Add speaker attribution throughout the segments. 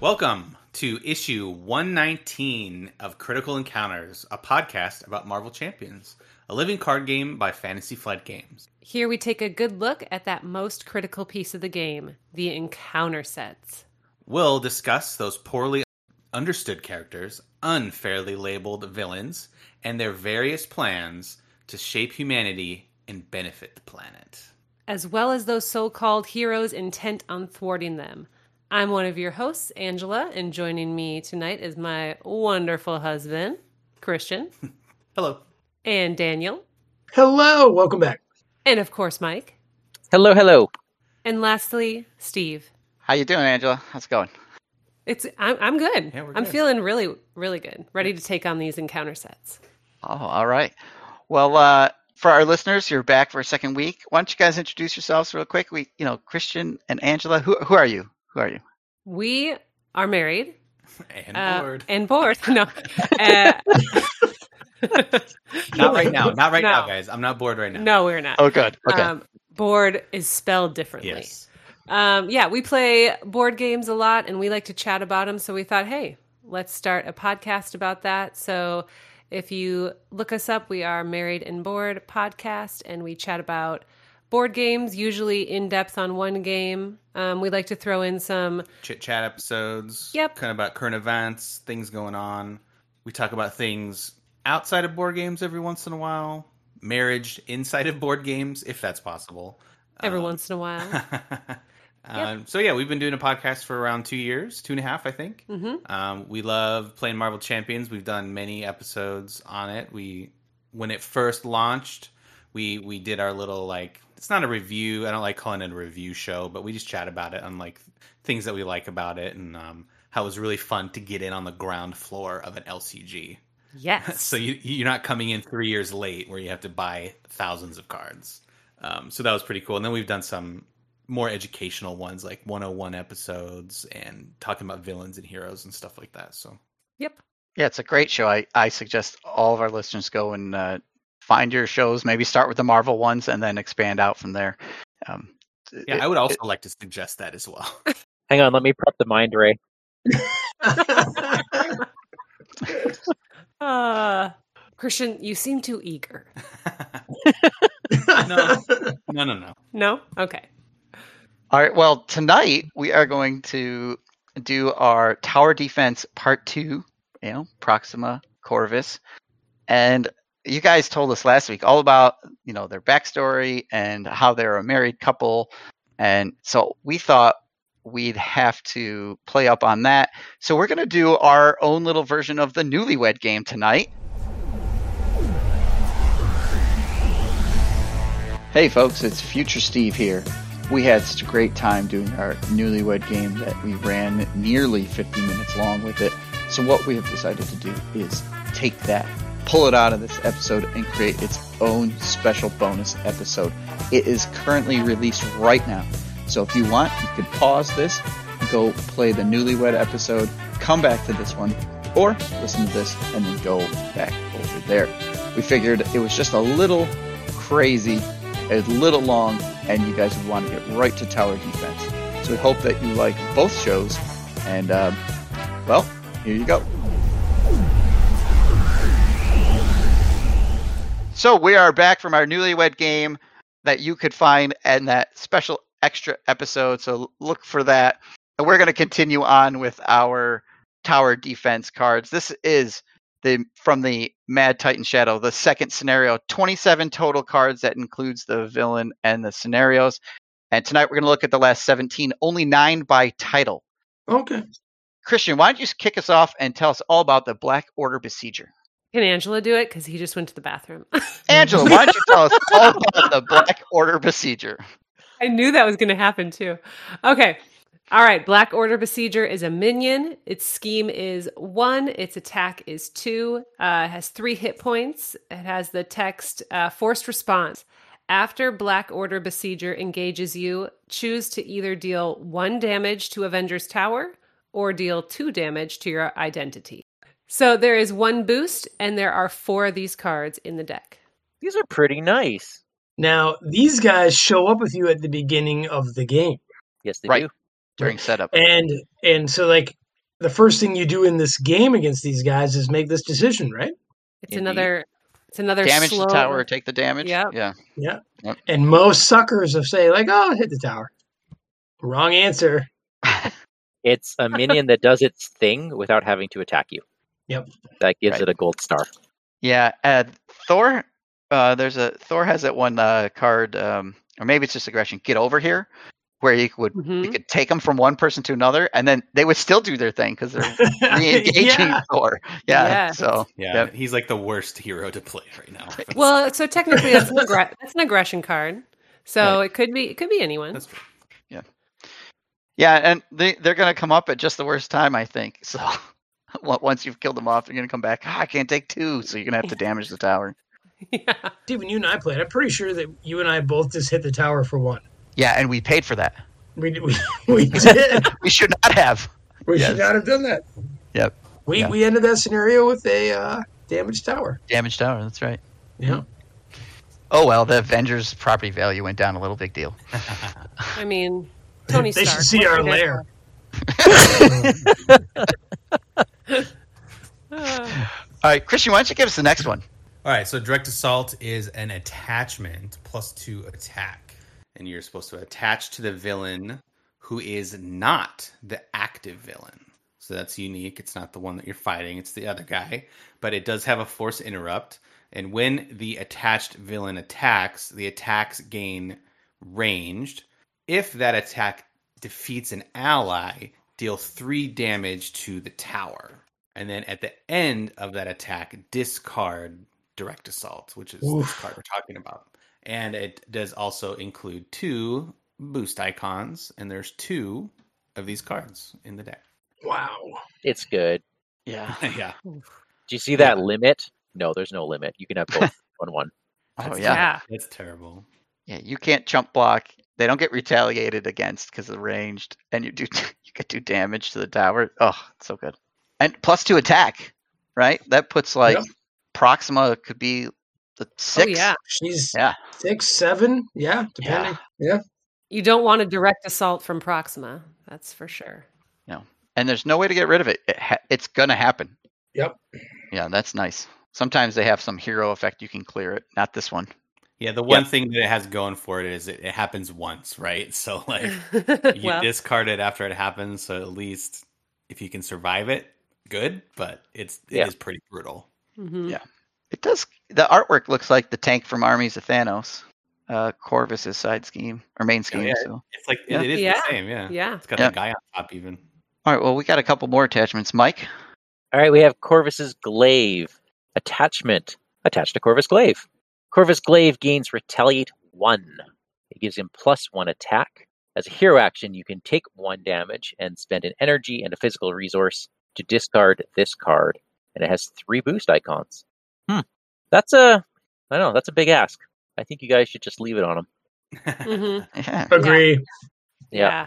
Speaker 1: Welcome to issue 119 of Critical Encounters, a podcast about Marvel Champions, a living card game by Fantasy Flight Games.
Speaker 2: Here we take a good look at that most critical piece of the game, the encounter sets.
Speaker 1: We'll discuss those poorly understood characters, unfairly labeled villains, and their various plans to shape humanity and benefit the planet.
Speaker 2: as well as those so called heroes intent on thwarting them. I'm one of your hosts, Angela, and joining me tonight is my wonderful husband, Christian,
Speaker 1: Hello.
Speaker 2: and Daniel,
Speaker 3: Hello, welcome back.
Speaker 2: and of course, Mike.
Speaker 4: Hello, hello.
Speaker 2: And lastly, Steve.
Speaker 4: How you doing, Angela? How's it going?
Speaker 2: It's I'm, I'm good.
Speaker 1: Yeah, we're
Speaker 2: I'm
Speaker 1: good.
Speaker 2: feeling really, really good. Ready to take on these encounter sets.
Speaker 4: Oh, all right. Well, uh, for our listeners, you're back for a second week. Why don't you guys introduce yourselves real quick? We, you know, Christian and Angela. Who, who are you? Who are you?
Speaker 2: We are married
Speaker 1: And
Speaker 2: uh,
Speaker 1: bored.
Speaker 2: and bored. No, uh,
Speaker 1: Not right now. Not right
Speaker 2: No.
Speaker 1: now, guys. I'm not bored right now.
Speaker 2: no, we're not.
Speaker 4: Oh, good. Okay.
Speaker 2: Um, bored is spelled differently.
Speaker 1: Yes.
Speaker 2: Um, yeah, we play board games a lot and we like to chat about them. So we thought, hey, let's start a podcast about that. So if you look us up, we are Married and Bored podcast and we chat about board games, usually in depth on one game. Um, we like to throw in some,
Speaker 1: chit chat episodes.
Speaker 2: Yep.
Speaker 1: Kind of about current events, things going on. We talk about things outside of board games every once in a while. Marriage inside of board games, if that's possible. Uh,
Speaker 2: every once in a while.
Speaker 1: Um, so yeah, we've been doing a podcast for around two years, two and a half, I think. Mm-hmm. Um, we love playing Marvel Champions. We've done many episodes on it. We, when it first launched, we we did our little like it's not a review. I don't like calling it a review show, but we just chat about it on like things that we like about it and um, how it was really fun to get in on the ground floor of an LCG.
Speaker 2: Yes.
Speaker 1: So you you're not coming in three years late where you have to buy thousands of cards. Um, so that was pretty cool. And then we've done some more educational ones like 101 episodes and talking about villains and heroes and stuff like that. So
Speaker 2: yep.
Speaker 4: yeah, it's a great show. I, I suggest all of our listeners go and uh, find your shows. Maybe start with the Marvel ones and then expand out from there. Um,
Speaker 1: yeah,
Speaker 4: it-
Speaker 1: I would also like to suggest that as well.
Speaker 5: Hang on, let me prep the mind ray.
Speaker 2: Uh, Christian, you seem too eager.
Speaker 1: No. no, no, no.
Speaker 2: No? Okay.
Speaker 4: All right. Well, tonight we are going to do our tower defense part two. You know, Proxima Corvus, and you guys told us last week all about you know their backstory and how they're a married couple, and so we thought we'd have to play up on that. So we're going to do our own little version of the newlywed game tonight. Hey folks, it's Future Steve here. We had such a great time doing our newlywed game that we ran nearly 50 minutes long with it. So, what we have decided to do is take that, pull it out of this episode, and create its own special bonus episode. It is currently released right now. So, if you want, you can pause this, go play the newlywed episode, come back to this one, or listen to this and then go back over there. We figured it was just a little crazy a little long, and you guys would want to get right to tower defense. So we hope that you like both shows, and um, well, here you go. So we are back from our newlywed game that you could find in that special extra episode. So look for that. And we're going to continue on with our tower defense cards. This is the from the Mad Titan Shadow, the second scenario, 27 total cards that includes the villain and the scenarios. And tonight we're going to look at the last 17, only 9 by title.
Speaker 3: okay.
Speaker 4: Christian, why don't you just kick us off and tell us all about the Black Order Besieger?
Speaker 2: Can Angela do it? Because he just went to the bathroom.
Speaker 4: Angela, why don't you tell us all about the Black Order Besieger?
Speaker 2: I knew that was going to happen too. Okay. All right. Black Order Besieger is a minion. Its scheme is one, its attack is two, uh, it has three hit points. It has the text uh, Forced Response. After Black Order Besieger engages you, choose to either deal one damage to Avenger's Tower or deal two damage to your identity. So there is one boost, and there are four of these cards in the deck.
Speaker 5: These are pretty nice.
Speaker 3: Now, these guys show up with you at the beginning of the game.
Speaker 5: Yes, they
Speaker 4: Right.
Speaker 5: do.
Speaker 4: During setup.
Speaker 3: And and so like the first thing you do in this game against these guys is make this decision, right?
Speaker 2: It's
Speaker 4: Indeed.
Speaker 2: another. It's another
Speaker 4: damage
Speaker 2: slow.
Speaker 4: the tower, take the damage.
Speaker 2: Yep.
Speaker 4: Yeah.
Speaker 3: And most suckers will say like, "Oh, hit the tower." Wrong answer.
Speaker 5: It's a minion that does its thing without having to attack you.
Speaker 3: Yep.
Speaker 5: That gives
Speaker 4: Right.
Speaker 5: it a gold star.
Speaker 4: Yeah. Uh, Thor, uh, there's a Thor has that one uh, card, um, or maybe it's just aggression. Get over here, where you would
Speaker 2: Mhm.
Speaker 4: you could take them from one person to another, and then they would still do their thing because they're re-engaging
Speaker 3: Yeah.
Speaker 4: Thor. Yeah.
Speaker 2: Yes.
Speaker 4: So
Speaker 1: Yeah,
Speaker 4: Yep.
Speaker 1: he's like the worst hero to play right now.
Speaker 2: Well, so technically that's an, aggre- that's an aggression card. So
Speaker 4: Right.
Speaker 2: it could be it could be anyone.
Speaker 1: That's true.
Speaker 4: yeah, and they they're gonna come up at just the worst time, I think. So. on- Once you've killed them off, you're gonna come back. "Ah, I can't take two, so you're gonna have to damage the tower.
Speaker 2: yeah.
Speaker 3: Dude, when you and I played, I'm pretty sure that you and I both just hit the tower for one.
Speaker 4: Yeah, and we paid for that.
Speaker 3: We we, we did.
Speaker 4: We should not have.
Speaker 3: We
Speaker 4: Yes.
Speaker 3: should not have done that.
Speaker 4: Yep.
Speaker 3: We
Speaker 4: Yeah.
Speaker 3: we ended that scenario with a uh, damaged tower.
Speaker 4: Damage tower. That's right.
Speaker 3: Yeah.
Speaker 4: Oh well, the Avengers property value went down a little. Big deal.
Speaker 2: I mean, Tony
Speaker 3: They
Speaker 2: Stark.
Speaker 3: should see
Speaker 2: what
Speaker 3: our
Speaker 2: could I-
Speaker 3: lair.
Speaker 2: Ah.
Speaker 4: All right, Christian, why don't you give us the next one?
Speaker 1: All right, so direct assault is an attachment plus two attack, and you're supposed to attach to the villain who is not the active villain. So that's unique. It's not the one that you're fighting; it's the other guy. But it does have a force interrupt, and when the attached villain attacks, the attacks gain ranged. If that attack defeats an ally, deal three damage to the tower. And then at the end of that attack, discard direct assault, which is this
Speaker 3: Oof.
Speaker 1: card we're talking about. And it does also include two boost icons, and there's two of these cards in the deck.
Speaker 3: Wow.
Speaker 5: It's good.
Speaker 4: Yeah.
Speaker 1: yeah.
Speaker 5: Do you see that limit? No, there's no limit. You can have both on one.
Speaker 4: Oh
Speaker 1: That's
Speaker 4: yeah.
Speaker 2: yeah.
Speaker 1: That's terrible.
Speaker 4: Yeah, you can't jump block. They don't get retaliated against because of ranged, and you do you could do damage to the tower. Oh, it's so good. And plus two attack, right? That puts like Proxima could be the
Speaker 2: Oh
Speaker 4: six.
Speaker 2: yeah.
Speaker 3: She's
Speaker 4: Yeah.
Speaker 3: six, seven. Yeah, depending. Yeah.
Speaker 2: You don't want a direct assault from Proxima. That's for sure.
Speaker 4: and there's no way to get rid of it. it ha- it's gonna happen.
Speaker 3: Yep.
Speaker 4: Yeah, that's nice. Sometimes they have some hero effect you can clear it. Not this one.
Speaker 1: Yeah, the one thing that it has going for it is it, it happens once, right? So like you
Speaker 2: well,
Speaker 1: discard it after it happens, so at least if you can survive it, good. But it's it is
Speaker 5: Yeah.
Speaker 1: pretty brutal.
Speaker 2: mhm.
Speaker 4: yeah. It does. The artwork looks like the tank from Armies of Thanos, uh, Corvus's side scheme or main scheme.
Speaker 1: yeah.
Speaker 4: So
Speaker 1: It's like
Speaker 4: Yeah.
Speaker 1: it is
Speaker 2: Yeah.
Speaker 1: the same, yeah.
Speaker 2: Yeah.
Speaker 1: It's got
Speaker 4: Yeah.
Speaker 1: the guy on top even.
Speaker 4: all right. Well, we got a couple more attachments, Mike.
Speaker 5: All right, we have Corvus's Glaive. Attachment. Attached to Corvus Glaive. Corvus Glaive gains Retaliate 1. It gives him plus 1 attack. As a hero action, you can take 1 damage and spend an energy and a physical resource to discard this card. And it has 3 boost icons.
Speaker 1: Hmm.
Speaker 5: That's a, I don't know, that's a big ask. I think you guys should just leave it on him.
Speaker 2: Mhm.
Speaker 4: Yeah.
Speaker 3: Agree.
Speaker 5: Yeah.
Speaker 2: yeah.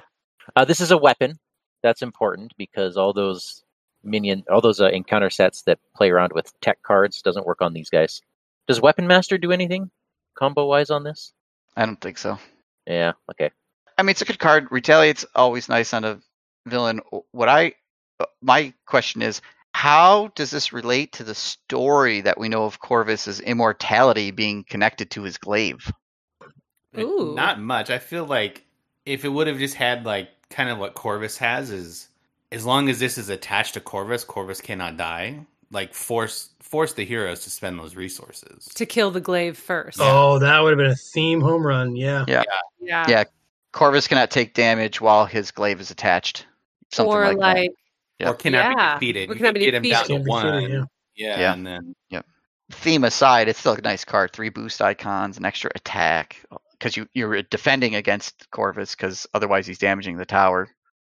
Speaker 5: Uh, this is a weapon. That's important because all those minion, all those uh, encounter sets that play around with tech cards doesn't work on these guys. Does Weapon Master do anything combo wise on this?
Speaker 4: I don't think so.
Speaker 5: Yeah. Okay.
Speaker 4: I mean, it's a good card. Retaliate's always nice on a villain. O- What I, uh, my question is, how does this relate to the story that we know of Corvus's immortality being connected to his glaive?
Speaker 1: Like,
Speaker 2: Ooh.
Speaker 1: Not much. I feel like if it would have just had like kind of what Corvus has is as long as this is attached to Corvus, Corvus cannot die. Like force force the heroes to spend those resources.
Speaker 2: To kill the glaive first.
Speaker 3: Oh, that would have been a theme home run. Yeah.
Speaker 2: yeah.
Speaker 4: yeah, Corvus cannot take damage while his glaive is attached. Something
Speaker 2: or
Speaker 4: like,
Speaker 2: like,
Speaker 4: that. Yeah.
Speaker 1: Or cannot
Speaker 2: Yeah.
Speaker 1: be defeated.
Speaker 2: Or
Speaker 1: You
Speaker 2: cannot
Speaker 1: can
Speaker 2: be
Speaker 1: get him down to
Speaker 3: defeated.
Speaker 1: one.
Speaker 3: Yeah.
Speaker 1: Yeah,
Speaker 4: Yeah.
Speaker 1: and then
Speaker 4: Theme aside, it's still a nice card. Three boost icons, an extra attack, because you you're defending against Corvus, because otherwise he's damaging the tower.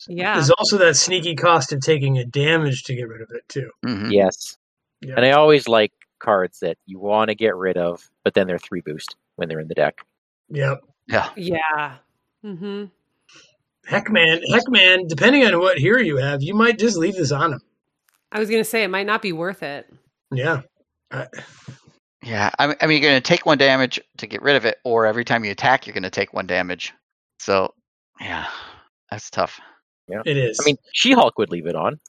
Speaker 2: yeah.
Speaker 3: There's also that sneaky cost of taking a damage to get rid of it too.
Speaker 4: Mhm.
Speaker 5: Yes.
Speaker 3: Yeah.
Speaker 5: And I always like cards that you want to get rid of, but then they're three boost when they're in the deck.
Speaker 3: Yep.
Speaker 4: Yeah,
Speaker 2: Yeah. Mm-hmm.
Speaker 3: Heck man, heck man, depending on what hero you have, you might just leave this on him.
Speaker 2: I was gonna say it might not be worth it.
Speaker 3: Yeah. I-
Speaker 4: Yeah, I mean, I mean, you're going to take one damage to get rid of it, or every time you attack, you're going to take one damage. So, yeah, that's tough.
Speaker 3: it is.
Speaker 5: I mean, She Hulk would leave it on.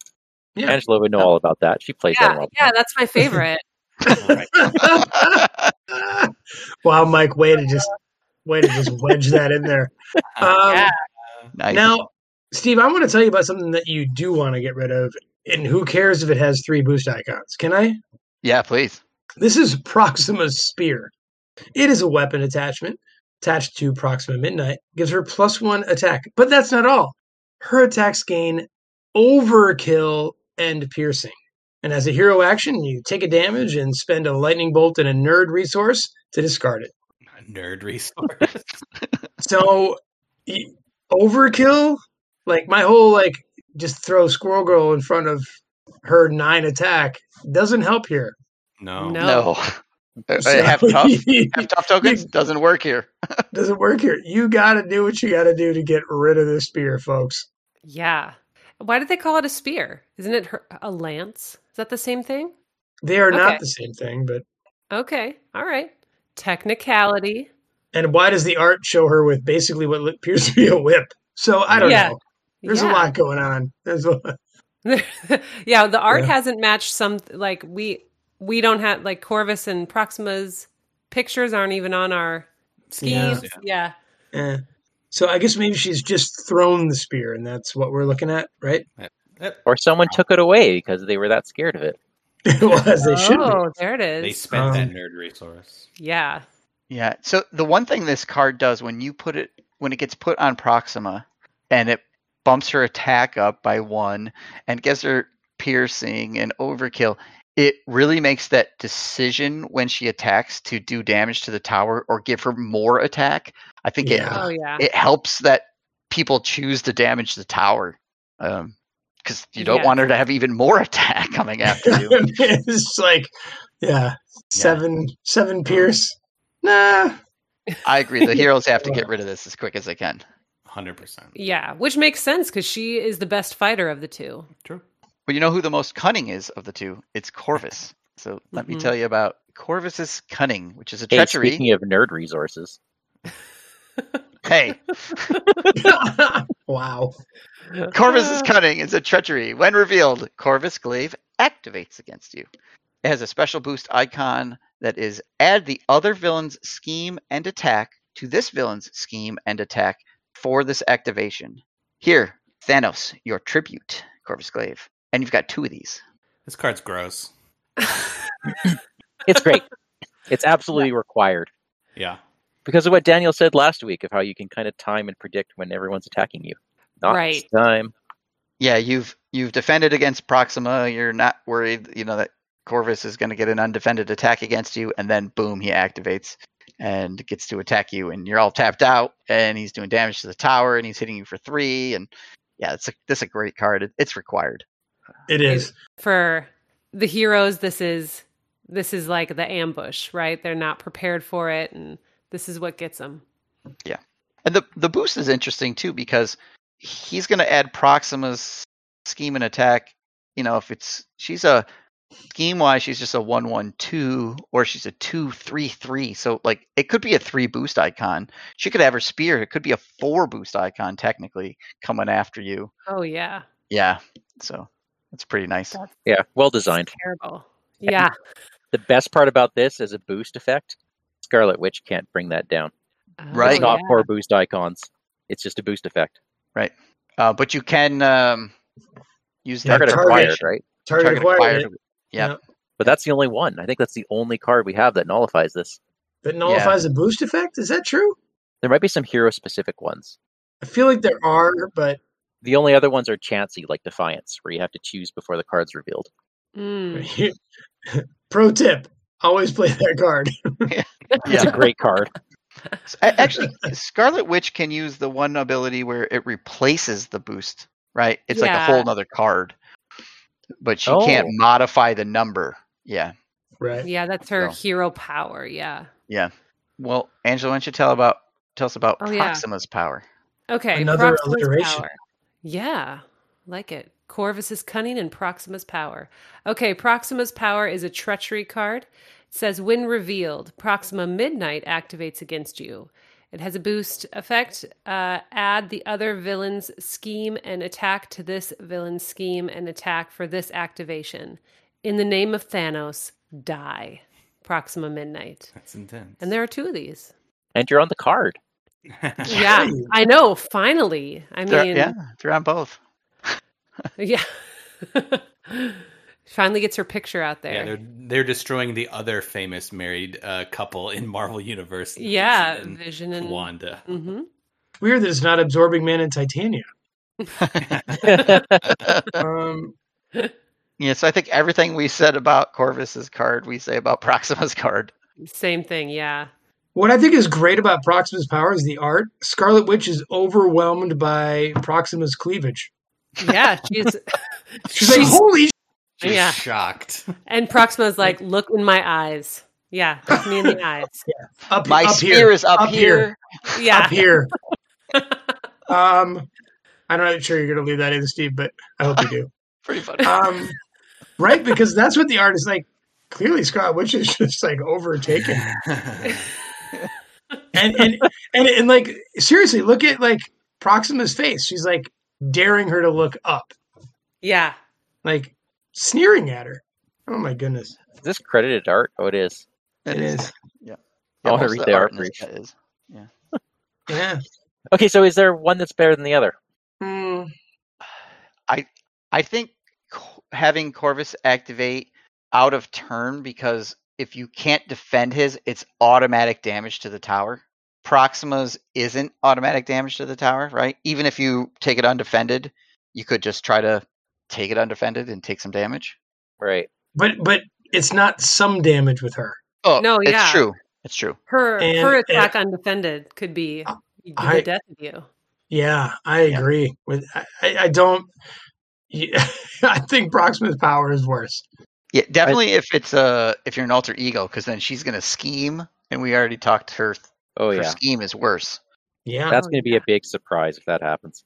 Speaker 3: Yeah.
Speaker 5: Angela would know all about that. She plays that
Speaker 2: Yeah,
Speaker 5: one.
Speaker 2: yeah, that's my favorite.
Speaker 3: wow, Mike, way to just way to just wedge that in there. Um,
Speaker 2: Yeah.
Speaker 4: Nice.
Speaker 3: Now, Steve, I want to tell you about something that you do want to get rid of, and who cares if it has three boost icons? Can I?
Speaker 4: yeah, please.
Speaker 3: This is Proxima's Spear. It is a weapon attachment attached to Proxima Midnight. Gives her plus one attack. But that's not all. Her attacks gain overkill and piercing. And as a hero action, you take a damage and spend a lightning bolt and a nerd resource to discard it.
Speaker 1: Nerd resource.
Speaker 3: So y- overkill, like my whole like just throw Squirrel Girl in front of her nine attack doesn't help here.
Speaker 1: No.
Speaker 2: No.
Speaker 4: No. Uh,
Speaker 3: So-
Speaker 4: half tough. half tough tokens doesn't work here.
Speaker 3: doesn't work here. You got to do what you got to do to get rid of this spear, folks.
Speaker 2: Yeah. Why did they call it a spear? Isn't it her- a lance? Is that the same thing?
Speaker 3: They are
Speaker 2: Okay.
Speaker 3: not the same thing, but
Speaker 2: Okay. All right. Technicality.
Speaker 3: and why does the art show her with basically what li- appears to be a whip? So I don't
Speaker 2: Yeah.
Speaker 3: know. There's
Speaker 2: Yeah.
Speaker 3: a lot going on. There's a lot.
Speaker 2: yeah, the art
Speaker 3: Yeah.
Speaker 2: hasn't matched some like we we don't have like Corvus and Proxima's pictures aren't even on our
Speaker 3: Yeah.
Speaker 2: schemes. Yeah.
Speaker 3: Eh. So I guess maybe she's just thrown the spear, and that's what we're looking at, right?
Speaker 1: Yep.
Speaker 5: Or someone took it away because they were that scared of it.
Speaker 3: well, as they should be.
Speaker 2: Oh, there it is.
Speaker 1: They spent
Speaker 3: Um,
Speaker 1: that nerd resource.
Speaker 2: yeah.
Speaker 4: Yeah. So the one thing this card does when you put it when it gets put on Proxima and it bumps her attack up by one and gives her piercing and overkill, it really makes that decision when she attacks to do damage to the tower or give her more attack. I think it
Speaker 3: Yeah.
Speaker 2: Oh yeah.
Speaker 4: it helps that people choose to damage the tower because you don't
Speaker 2: Yeah.
Speaker 4: want her to have even more attack coming after you.
Speaker 3: it's like, yeah, seven, seven pierce. Nah,
Speaker 4: I agree. The heroes have to get rid of this as quick as they can.
Speaker 1: 100%.
Speaker 2: Yeah, which makes sense cuz she is the best fighter of the two.
Speaker 1: True.
Speaker 4: But you know who the most cunning is of the two? It's Corvus. So let me
Speaker 2: Mhm.
Speaker 4: tell you about Corvus's cunning, which is a
Speaker 5: Hey,
Speaker 4: treachery.
Speaker 5: speaking of nerd resources,
Speaker 4: Hey,
Speaker 3: wow.
Speaker 4: Corvus's cunning is a treachery. When revealed, Corvus Glaive activates against you. It has a special boost icon that is add the other villain's scheme and attack to this villain's scheme and attack for this activation. Here, Thanos, your tribute, Corvus Glaive. And you've got two of these.
Speaker 1: This card's gross.
Speaker 5: it's great. it's absolutely required
Speaker 1: Yeah.
Speaker 5: because of what Daniel said last week of how you can kind of time and predict when everyone's attacking you. Not
Speaker 2: Right.
Speaker 5: this time.
Speaker 4: yeah you've you've defended against proxima you're not worried you know that corvus is going to get an undefended attack against you and then boom he activates and gets to attack you and you're all tapped out and he's doing damage to the tower and he's hitting you for three and yeah it's a that's a great card It- it's required
Speaker 3: It is.
Speaker 2: For the heroes this is this is like the ambush, right? They're not prepared for it and this is what gets them.
Speaker 4: and the the boost is interesting too because he's going to add proxima's scheme and attack you know if it's she's a scheme wise she's just a 112 or she's a 233 so like it could be a 3 boost icon she could have her spear it could be a 4 boost icon technically coming after you
Speaker 2: Oh yeah.
Speaker 4: yeah so that's pretty nice
Speaker 2: That's
Speaker 5: Yeah, well designed.
Speaker 2: terrible. Yeah.
Speaker 5: The best part about this is a boost effect. Scarlet Witch can't bring that down.
Speaker 4: Right.
Speaker 5: It's
Speaker 2: Oh,
Speaker 5: not four boost icons. It's just a boost effect.
Speaker 4: uh, but you can um, use that
Speaker 5: Target
Speaker 3: target.
Speaker 5: acquired, right?
Speaker 3: Target, acquired,
Speaker 4: acquired.
Speaker 5: But that's the only one. I think that's the only card we have that nullifies this.
Speaker 3: that nullifies the boost effect. Is that true?
Speaker 5: There might be some hero specific ones.
Speaker 3: I feel like there are, but
Speaker 5: The only other ones are chancy, like Defiance, where you have to choose before the card's revealed.
Speaker 2: yeah. Mm.
Speaker 3: pro tip always play that card.
Speaker 5: It's
Speaker 4: Yeah.
Speaker 5: a great card.
Speaker 4: S- a- Actually, Scarlet Witch can use the one ability where it replaces the boost, right? It's like a
Speaker 2: Yeah.
Speaker 4: whole nother card, but she can't
Speaker 5: Oh.
Speaker 4: modify the number. Yeah.
Speaker 3: Right.
Speaker 2: Yeah, that's her
Speaker 4: So-
Speaker 2: hero power. Yeah.
Speaker 4: Well, Angela, why don't you tell about tell us about
Speaker 2: Oh, yeah.
Speaker 4: Proxima's power?
Speaker 2: Okay.
Speaker 3: Another
Speaker 2: Proxima's
Speaker 3: alliteration.
Speaker 2: Power. Yeah. Like it. Corvus's cunning and Proxima's power. Okay, Proxima's power is a treachery card. It says when revealed, Proxima Midnight activates against you. It has a boost effect. Uh, add the other villain's scheme and attack to this villain's scheme and attack for this activation. In the name of Thanos, die. Proxima Midnight.
Speaker 1: That's intense.
Speaker 2: And there are two of these.
Speaker 5: And you're on the card.
Speaker 2: Yeah, I know. Finally. I
Speaker 4: They're-
Speaker 2: mean,
Speaker 4: yeah, they're on both.
Speaker 2: yeah. Finally gets her picture out there.
Speaker 1: Yeah, they're they're destroying the other famous married uh, couple in Marvel Universe.
Speaker 2: Yeah,
Speaker 1: Vision
Speaker 2: Vision and-
Speaker 1: Wanda.
Speaker 2: hmm
Speaker 3: Weird that it's not absorbing man in Titania.
Speaker 5: That's
Speaker 3: Um,
Speaker 4: Yeah, so I think everything we said about Corvus's card, we say about Proxima's card.
Speaker 2: Same thing. Yeah.
Speaker 3: what I think is great about Proxima's power is the art. Scarlet Witch is overwhelmed by Proxima's cleavage.
Speaker 2: Yeah. She's,
Speaker 3: She's like,
Speaker 2: She's-
Speaker 3: holy
Speaker 1: She's
Speaker 2: Yeah.
Speaker 1: shocked.
Speaker 2: and Proxima's like, look in my eyes. Yeah. Look me in the eyes.
Speaker 3: up,
Speaker 4: My
Speaker 3: up
Speaker 4: spear
Speaker 3: here,
Speaker 4: is up,
Speaker 3: up
Speaker 4: here.
Speaker 3: here.
Speaker 2: Yeah.
Speaker 3: up here. um, I'm not sure you're going to leave that in, Steve, but I hope you do.
Speaker 4: Pretty funny.
Speaker 3: Um, right, because that's what the art is like. Clearly, Scott Witch is just like overtaken, and and and, and like seriously, look at like Proxima's face. She's like daring her to look up,
Speaker 2: Yeah.
Speaker 3: like sneering at her. Oh my goodness!
Speaker 5: Is this credited art? Oh, it is.
Speaker 4: It is. Yeah.
Speaker 5: I wanna
Speaker 4: most
Speaker 5: read
Speaker 4: of
Speaker 5: the art
Speaker 4: in this
Speaker 5: brief.
Speaker 4: set is.
Speaker 3: Yeah.
Speaker 5: Okay, so is there one that's better than the other?
Speaker 3: Hmm.
Speaker 4: I think co- having Corvus activate out of turn because if you can't defend his, it's automatic damage to the tower. Proxima's isn't automatic damage to the tower, right? Even if you take it undefended, you could just try to take it undefended and take some damage.
Speaker 5: Right.
Speaker 3: But but it's not some damage with her.
Speaker 4: Oh,
Speaker 2: No,
Speaker 4: it's
Speaker 2: yeah.
Speaker 4: true. It's true.
Speaker 2: Her
Speaker 3: And-
Speaker 2: her attack undefended could be
Speaker 3: I-
Speaker 2: the death of you.
Speaker 3: Yeah, I
Speaker 4: Yeah.
Speaker 3: agree with. I, I I don't. Yeah, I think Proxima's power is worse.
Speaker 4: Yeah, definitely. if it's a if you're an alter ego, because then she's gonna scheme, and we already talked her
Speaker 5: Oh,
Speaker 4: her
Speaker 5: yeah.
Speaker 4: scheme is worse.
Speaker 3: Yeah,
Speaker 5: That's
Speaker 2: Oh,
Speaker 5: going to be a big surprise if that happens.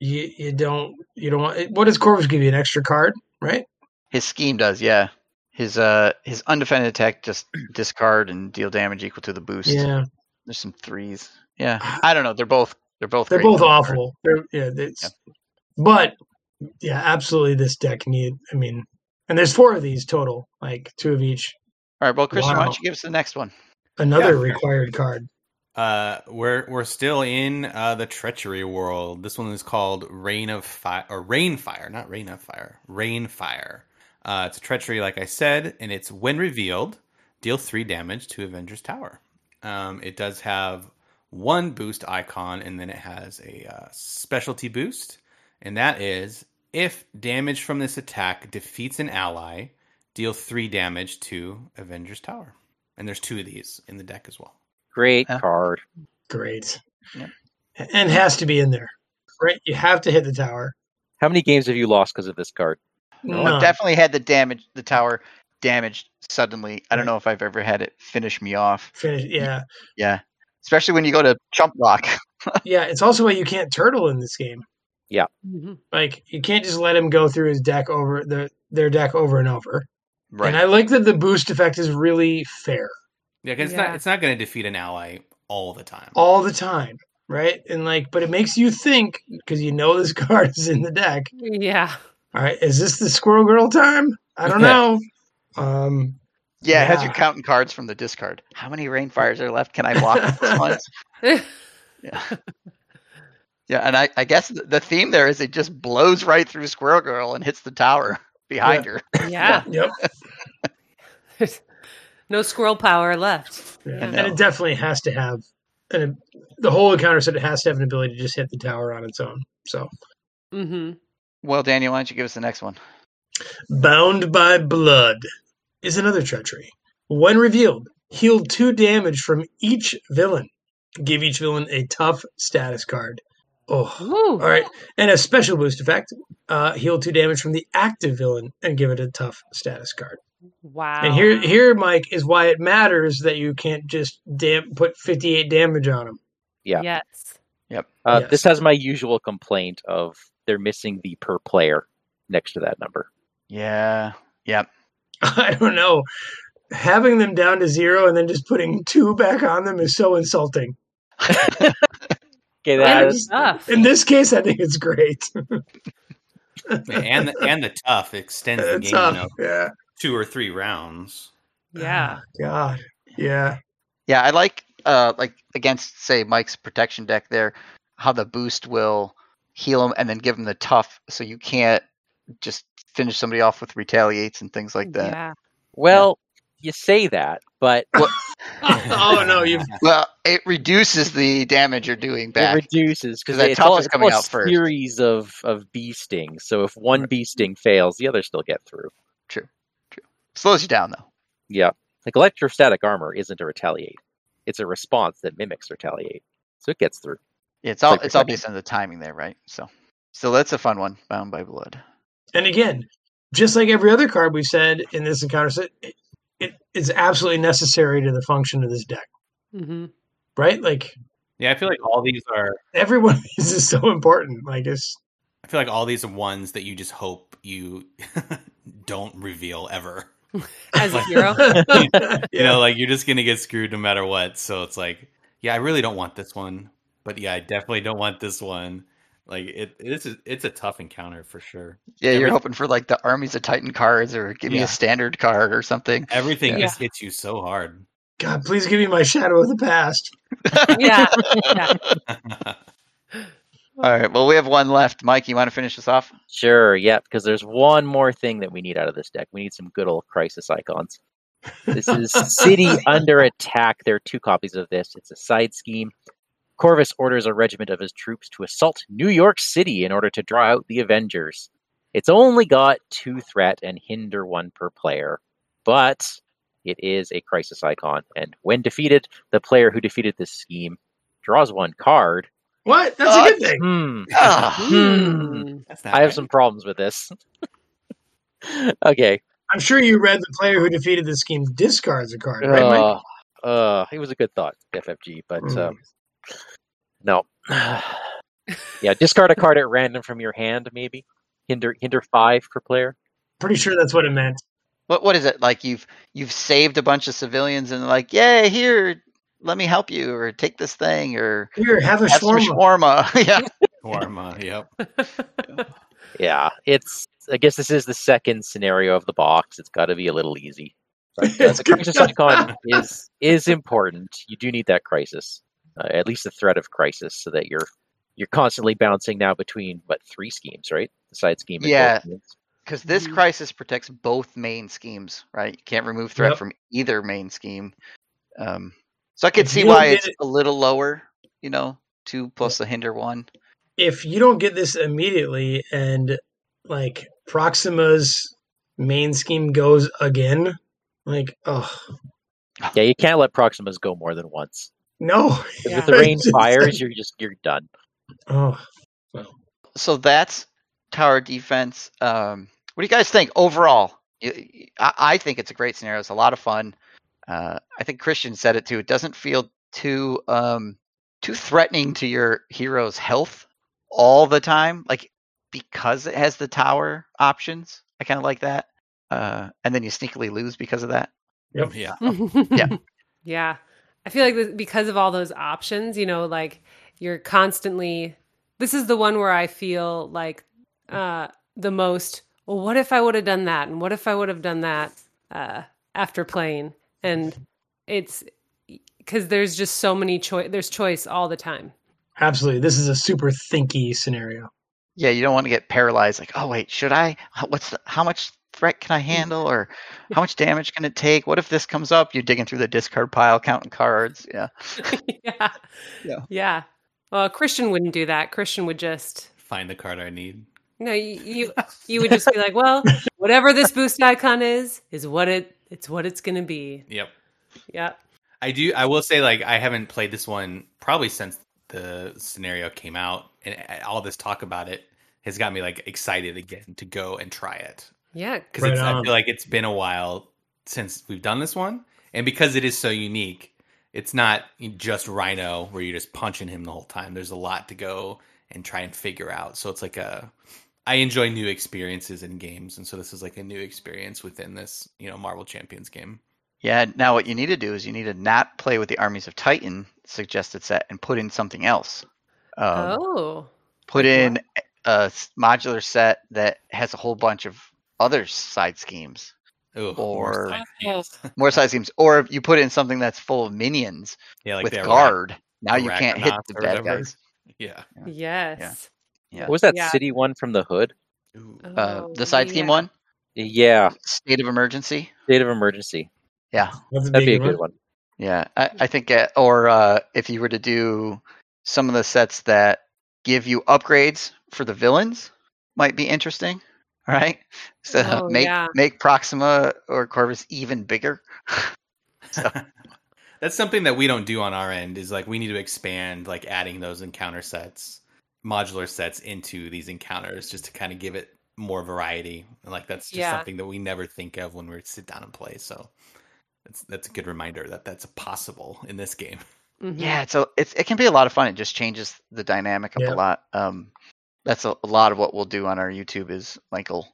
Speaker 3: you you don't you don't want. What does Corvus give you? An extra card, right?
Speaker 4: His scheme does, yeah. His uh his undefended attack just discard and deal damage equal to the boost.
Speaker 3: Yeah,
Speaker 4: There's some threes. Yeah. I don't know. They're both they're both
Speaker 3: they're
Speaker 4: great
Speaker 3: both
Speaker 4: in that
Speaker 3: awful. They're, yeah, it's, but yeah, absolutely. This deck need. I mean, and there's four of these total, like two of each.
Speaker 4: regard. All right, well Christian, why
Speaker 3: Wow.
Speaker 4: don't you give us the next one?
Speaker 3: Another
Speaker 1: Yeah.
Speaker 3: required card.
Speaker 1: Uh, we're we're still in uh, the treachery world. This one is called Rain of Fire or Rain Fire, not Rain of Fire. Rain Fire. Uh, it's a treachery, like I said, and it's when revealed, deal three damage to Avengers Tower. Um, it does have one boost icon, and then it has a uh, specialty boost, and that is if damage from this attack defeats an ally, deal three damage to Avengers Tower. And there's two of these in the deck as well.
Speaker 5: Great
Speaker 4: Yeah.
Speaker 5: card.
Speaker 3: Great,
Speaker 4: Yeah.
Speaker 3: and has to be in there, right? You have to hit the tower.
Speaker 5: How many games have you lost because of this card?
Speaker 4: I've
Speaker 3: None.
Speaker 4: definitely had the damage the tower damaged suddenly. I don't
Speaker 3: Right.
Speaker 4: know if I've ever had it finish me off.
Speaker 3: Finish. Yeah,
Speaker 4: Yeah. Especially when you go to chump block.
Speaker 3: yeah. It's also why you can't turtle in this game. Mm-hmm.
Speaker 2: Mhm.
Speaker 3: Like you can't just let him go through his deck over the their deck over and over.
Speaker 4: Right.
Speaker 3: And I like that the boost effect is really fair
Speaker 1: Yeah, 'cause it's
Speaker 2: Yeah.
Speaker 1: not it's not going to defeat an ally all the time.
Speaker 3: all the time, right? And like, but it makes you think because you know this card is in the deck.
Speaker 2: Yeah.
Speaker 3: All right, is this the Squirrel Girl time? I don't know. um,
Speaker 4: yeah, it has you
Speaker 3: yeah.
Speaker 4: counting cards from the discard. How many rain fires are left? Can I block this one? Yeah. Yeah, and I, I guess th- the theme there is it just blows right through Squirrel Girl and hits the tower behind her.
Speaker 2: yeah.
Speaker 3: yep.
Speaker 2: There's no squirrel power left.
Speaker 3: Yeah.
Speaker 2: Yeah.
Speaker 3: And it definitely has to have, and the whole encounter said it has to have an ability to just hit the tower on its own. So
Speaker 2: hmm
Speaker 4: Well, Daniel, why don't you give us the next one?
Speaker 3: Bound by Blood is another treachery. When revealed, heal two damage from each villain. Give each villain a tough status card. Oh,
Speaker 2: Ooh.
Speaker 3: all right. And a special boost effect. Uh, heal two damage from the active villain and give it a tough status card.
Speaker 2: Wow.
Speaker 3: And here, here, Mike, is why it matters that you can't just dam- put 58 damage on him.
Speaker 5: Yeah.
Speaker 2: Yes.
Speaker 5: Uh,
Speaker 3: Yes.
Speaker 5: This has my usual complaint of they're missing the per player next to that number.
Speaker 4: Yeah. Yep.
Speaker 3: I don't know. having them down to zero and then just putting two back on them is so insulting.
Speaker 5: Okay,
Speaker 2: And
Speaker 5: that
Speaker 2: it's
Speaker 5: is
Speaker 2: tough.
Speaker 3: In this case, I think it's great.
Speaker 1: and the, and the tough extends the
Speaker 3: it's
Speaker 1: game
Speaker 3: tough.
Speaker 1: you know, Oh,
Speaker 3: Yeah.
Speaker 1: two or three rounds.
Speaker 2: Yeah.
Speaker 3: God. Yeah.
Speaker 4: Yeah, I like uh like against say Mike's protection deck there, how the boost will heal him and then give him the tough, so you can't just finish somebody off with retaliates and things like that.
Speaker 2: Yeah.
Speaker 5: well. You say that, but
Speaker 3: oh no, you
Speaker 4: Well, it reduces the damage you're doing back.
Speaker 5: it reduces because
Speaker 4: That
Speaker 5: it's
Speaker 4: tough
Speaker 5: all,
Speaker 4: is
Speaker 5: it's
Speaker 4: coming
Speaker 5: all a
Speaker 4: out first.
Speaker 5: series of of bee stings. So if one bee sting fails, the others still get through.
Speaker 4: Slows you down though.
Speaker 5: Yeah, like electrostatic armor isn't a retaliate; it's a response that mimics retaliate, so it gets through.
Speaker 4: Yeah, it's all
Speaker 5: Like
Speaker 4: it's all
Speaker 5: protection.
Speaker 4: based on the timing there, right? So so that's a fun one, Bound by Blood.
Speaker 3: And again, just like every other card we've said in this encounter, set, it, it is absolutely necessary to the function of this deck,
Speaker 2: Mm-hmm.
Speaker 3: right? Like
Speaker 1: Yeah, I feel like all these are.
Speaker 3: every one of these is so important. Like it's
Speaker 1: I feel like all these are ones that you just hope you don't reveal ever.
Speaker 2: As a hero.
Speaker 3: yeah.
Speaker 1: You know, like you're just gonna get screwed no matter what. So it's like, yeah, I really don't want this one, but yeah, I definitely don't want this one. Like it, it's a, it's a tough encounter for sure.
Speaker 4: Yeah,
Speaker 1: Every-
Speaker 4: you're hoping for like the armies of Titan cards or give me
Speaker 1: Yeah.
Speaker 4: a standard card or something.
Speaker 1: Everything
Speaker 2: Yeah.
Speaker 1: just hits you so hard.
Speaker 3: God, please give me my shadow of the past.
Speaker 2: Yeah. yeah.
Speaker 4: All right, well we have one left. Mike, you want to finish this off?
Speaker 5: Sure, yeah, because there's one more thing that we need out of this deck. We need some good old crisis icons. This is City Under Attack. There are two copies of this. It's a side scheme. Corvus orders a regiment of his troops to assault New York City in order to draw out the Avengers. It's only got two threat and hinder one per player, but it is a crisis icon. And when defeated, the player who defeated this scheme draws one card.
Speaker 3: What? That's
Speaker 1: Uh,
Speaker 3: a good thing.
Speaker 5: Hmm.
Speaker 4: Ah,
Speaker 2: Mm.
Speaker 1: That's not
Speaker 5: I have
Speaker 1: right.
Speaker 5: some problems with this. okay.
Speaker 3: I'm sure you read the player who defeated the scheme discards a card, right? Mike?
Speaker 5: Uh, uh, it was a good thought, FFG, but
Speaker 3: Mm.
Speaker 5: um, no. yeah, discard a card at random from your hand, maybe. Hinder hinder five per player.
Speaker 3: Pretty sure that's what it meant.
Speaker 4: what what is it? Like you've you've saved a bunch of civilians and like, yeah, here, let me help you or take this thing or
Speaker 3: Here, have a
Speaker 4: have some
Speaker 3: shawarma.
Speaker 4: shawarma. yeah.
Speaker 1: Shawarma, Yep.
Speaker 5: Yeah, it's. I guess this is the second scenario of the box. It's got to be a little easy. Yeah, the crisis icon is is important. You do need that crisis, uh, at least the threat of crisis, so that you're you're constantly bouncing now between what three schemes, right? The side scheme. and goal
Speaker 4: Yeah.
Speaker 5: schemes.
Speaker 4: Because this
Speaker 3: Mm-hmm.
Speaker 2: Mhm.
Speaker 4: crisis protects both main schemes, right? You can't remove threat
Speaker 3: Yep.
Speaker 4: from either main scheme. Um, so I could
Speaker 3: If
Speaker 4: see
Speaker 3: you don't
Speaker 4: why
Speaker 3: get
Speaker 4: it's
Speaker 3: it-
Speaker 4: a little lower, you know, two plus the hinder one.
Speaker 3: if you don't get this immediately and like Proxima's main scheme goes again, like oh
Speaker 5: Yeah, you can't let Proximas go more than once.
Speaker 3: no.
Speaker 5: 'Cause
Speaker 2: Yeah.
Speaker 5: if the rain
Speaker 3: It's just-
Speaker 5: fires, you're just you're done.
Speaker 3: Oh
Speaker 4: So that's tower defense. Um, what do you guys think overall? Y- y- I, I think it's a great scenario. It's a lot of fun. Uh, I think Christian said it too. It doesn't feel too um, too threatening to your hero's health all the time, like because it has the tower options. I kind of like that. Uh, and then you sneakily lose because of that.
Speaker 3: Yep.
Speaker 1: Yeah.
Speaker 4: Yeah.
Speaker 2: Yeah. I feel like this, because of all those options, you know, like you're constantly, this is the one where I feel like uh, the most, well, what if I would have done that? And what if I would have done that uh, after playing? And it's because there's just so many choice, there's choice all the time.
Speaker 3: absolutely. This is a super thinky scenario.
Speaker 4: Yeah, you don't want to get paralyzed. Like, oh wait, should I? How- What's the, how much threat
Speaker 1: Mm.
Speaker 4: can I handle, or how much damage can it take? What if this comes up? You're digging through the discard pile, counting cards. Yeah.
Speaker 2: yeah.
Speaker 4: Yeah.
Speaker 2: Yeah. Well, Christian wouldn't do that. Christian would just,
Speaker 1: Find the card I need.
Speaker 2: no, you, you, you would just be like, well, whatever this boost icon is, is what it, it's what it's going to be.
Speaker 1: Yep.
Speaker 2: Yep.
Speaker 1: I do. I will say, like, I haven't played this one probably since the scenario came out, and a- all this talk about it has got me like excited again to go and try it
Speaker 2: Yeah.
Speaker 3: Right
Speaker 1: because I
Speaker 3: on.
Speaker 1: feel like it's been a while since we've done this one, and because it is so unique, it's not just Rhino where you're just punching him the whole time. There's a lot to go and try and figure out. So it's like a I enjoy new experiences in games, and so this is like a new experience within this, you know, Marvel Champions game.
Speaker 4: Yeah, now what you need to do is you need to not play with the armies of Titan suggested set and put in something else. Um,
Speaker 2: oh.
Speaker 4: Put in a s- modular set that has a whole bunch of other side schemes,
Speaker 1: Ooh,
Speaker 4: Or-
Speaker 1: more side-
Speaker 4: more side schemes, or if you put in something that's full of minions
Speaker 1: yeah, like
Speaker 4: with
Speaker 1: the Arach-
Speaker 4: guard. Now you can't hit
Speaker 1: Arachnoth
Speaker 4: the
Speaker 1: or
Speaker 4: bad
Speaker 1: whatever.
Speaker 4: guys.
Speaker 1: Yeah.
Speaker 2: Yes.
Speaker 4: Yeah.
Speaker 5: What was that
Speaker 2: Yeah.
Speaker 5: city one from the hood?
Speaker 1: Ooh.
Speaker 4: Uh,
Speaker 2: Oh,
Speaker 4: the side scheme
Speaker 2: yeah.
Speaker 4: one,
Speaker 5: Yeah,
Speaker 4: state of emergency.
Speaker 5: state of emergency.
Speaker 4: Yeah,
Speaker 3: That's
Speaker 5: That'd be a good one.
Speaker 4: Yeah, I,
Speaker 2: Hmm.
Speaker 4: I think, uh, or uh, if you were to do some of the sets that give you upgrades for the villains, might be interesting, right? So
Speaker 2: Oh,
Speaker 4: make
Speaker 2: yeah.
Speaker 4: make Proxima or Corvus even bigger.
Speaker 1: That's something that we don't do on our end is like we need to expand like adding those encounter sets, modular sets into these encounters just to kind of give it more variety. And like that's just
Speaker 2: Yeah.
Speaker 1: something that we never think of when we sit down and play. So that's that's a good reminder that that's possible in this game.
Speaker 2: Mhm.
Speaker 4: Yeah, so it's it can be a lot of fun. It just changes the dynamic up
Speaker 3: Yeah.
Speaker 4: a lot. Um, that's a, a lot of what we'll do on our YouTube is Michael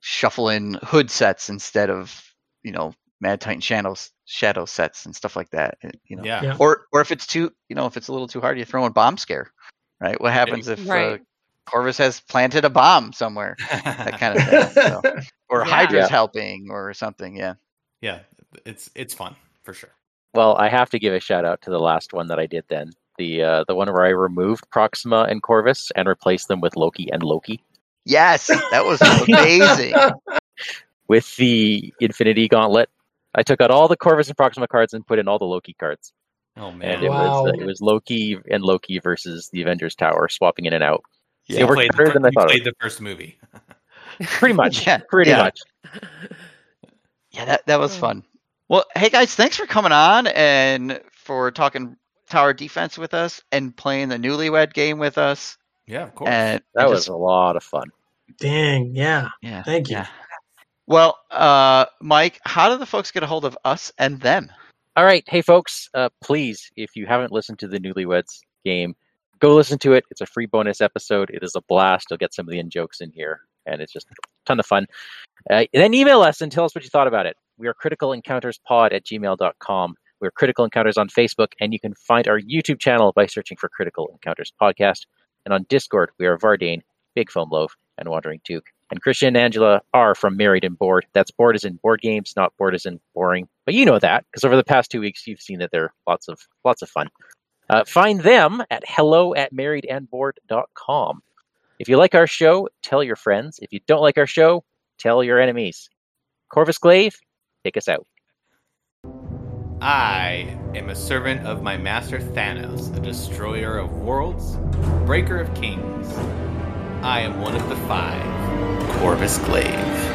Speaker 4: shuffling hood sets instead of you know Mad Titan shadows shadow sets and stuff like that. and, You know,
Speaker 1: Yeah.
Speaker 3: Yeah.
Speaker 4: or or if it's too you know if it's a little too hard, you throw in bomb scare, right? What happens if uh,
Speaker 2: Right.
Speaker 4: Corvus has planted a bomb somewhere? That kind of thing. so. Or
Speaker 2: Yeah.
Speaker 4: Hydra's
Speaker 5: Yeah.
Speaker 4: helping or something. Yeah.
Speaker 1: yeah. It's it's fun for sure.
Speaker 5: Well, I have to give a shout out to the last one that I did then. The uh, the one where I removed Proxima and Corvus and replaced them with Loki and Loki
Speaker 4: Yes, that was amazing.
Speaker 5: with the Infinity Gauntlet. I took out all the Corvus and Proxima cards and put in all the Loki cards,
Speaker 1: Oh
Speaker 5: and
Speaker 1: man.
Speaker 5: it was uh,
Speaker 3: Wow.
Speaker 5: it was Loki and Loki versus the Avengers Tower, swapping in and out.
Speaker 1: You
Speaker 5: it worked
Speaker 1: played the
Speaker 5: better
Speaker 1: fir-
Speaker 5: than I
Speaker 1: you
Speaker 5: thought it
Speaker 1: played the first movie.
Speaker 5: Pretty much,
Speaker 4: Yeah,
Speaker 5: pretty
Speaker 4: yeah.
Speaker 5: much.
Speaker 4: Yeah, that, that was
Speaker 2: Oh.
Speaker 4: fun. Well, hey guys, thanks for coming on and for talking tower defense with us and playing the newlywed game with us.
Speaker 1: Yeah, of course.
Speaker 4: And
Speaker 5: That
Speaker 4: and
Speaker 5: was
Speaker 4: just-
Speaker 5: a lot of fun.
Speaker 3: Dang. Yeah.
Speaker 4: yeah.
Speaker 3: Thank you.
Speaker 4: Yeah. Well, uh, Mike, how do the folks get a hold of us and them?
Speaker 5: All right, hey folks, uh, please, if you haven't listened to the Newlyweds game, go listen to it. It's a free bonus episode. It is a blast. You'll get some of the in jokes in here, and it's just a ton of fun. Uh, and then email us and tell us what you thought about it. We are Critical Encounters Pod at gmail.com. We're Critical Encounters on Facebook, and you can find our YouTube channel by searching for Critical Encounters Podcast. And on Discord, we are Vardane, Big Foam Loaf, and Wandering Duke. And Christian and Angela are from Married and Bored. That's bored as in board games, not bored as in boring. But you know that because over the past two weeks, you've seen that they're lots of lots of fun. Uh, find them at hello at marriedandboard.com. If you like our show, tell your friends. If you don't like our show, tell your enemies. Corvus Glaive, take us out.
Speaker 1: I am a servant of my master Thanos, a destroyer of worlds, breaker of kings. I am one of the five, Corvus Glaive.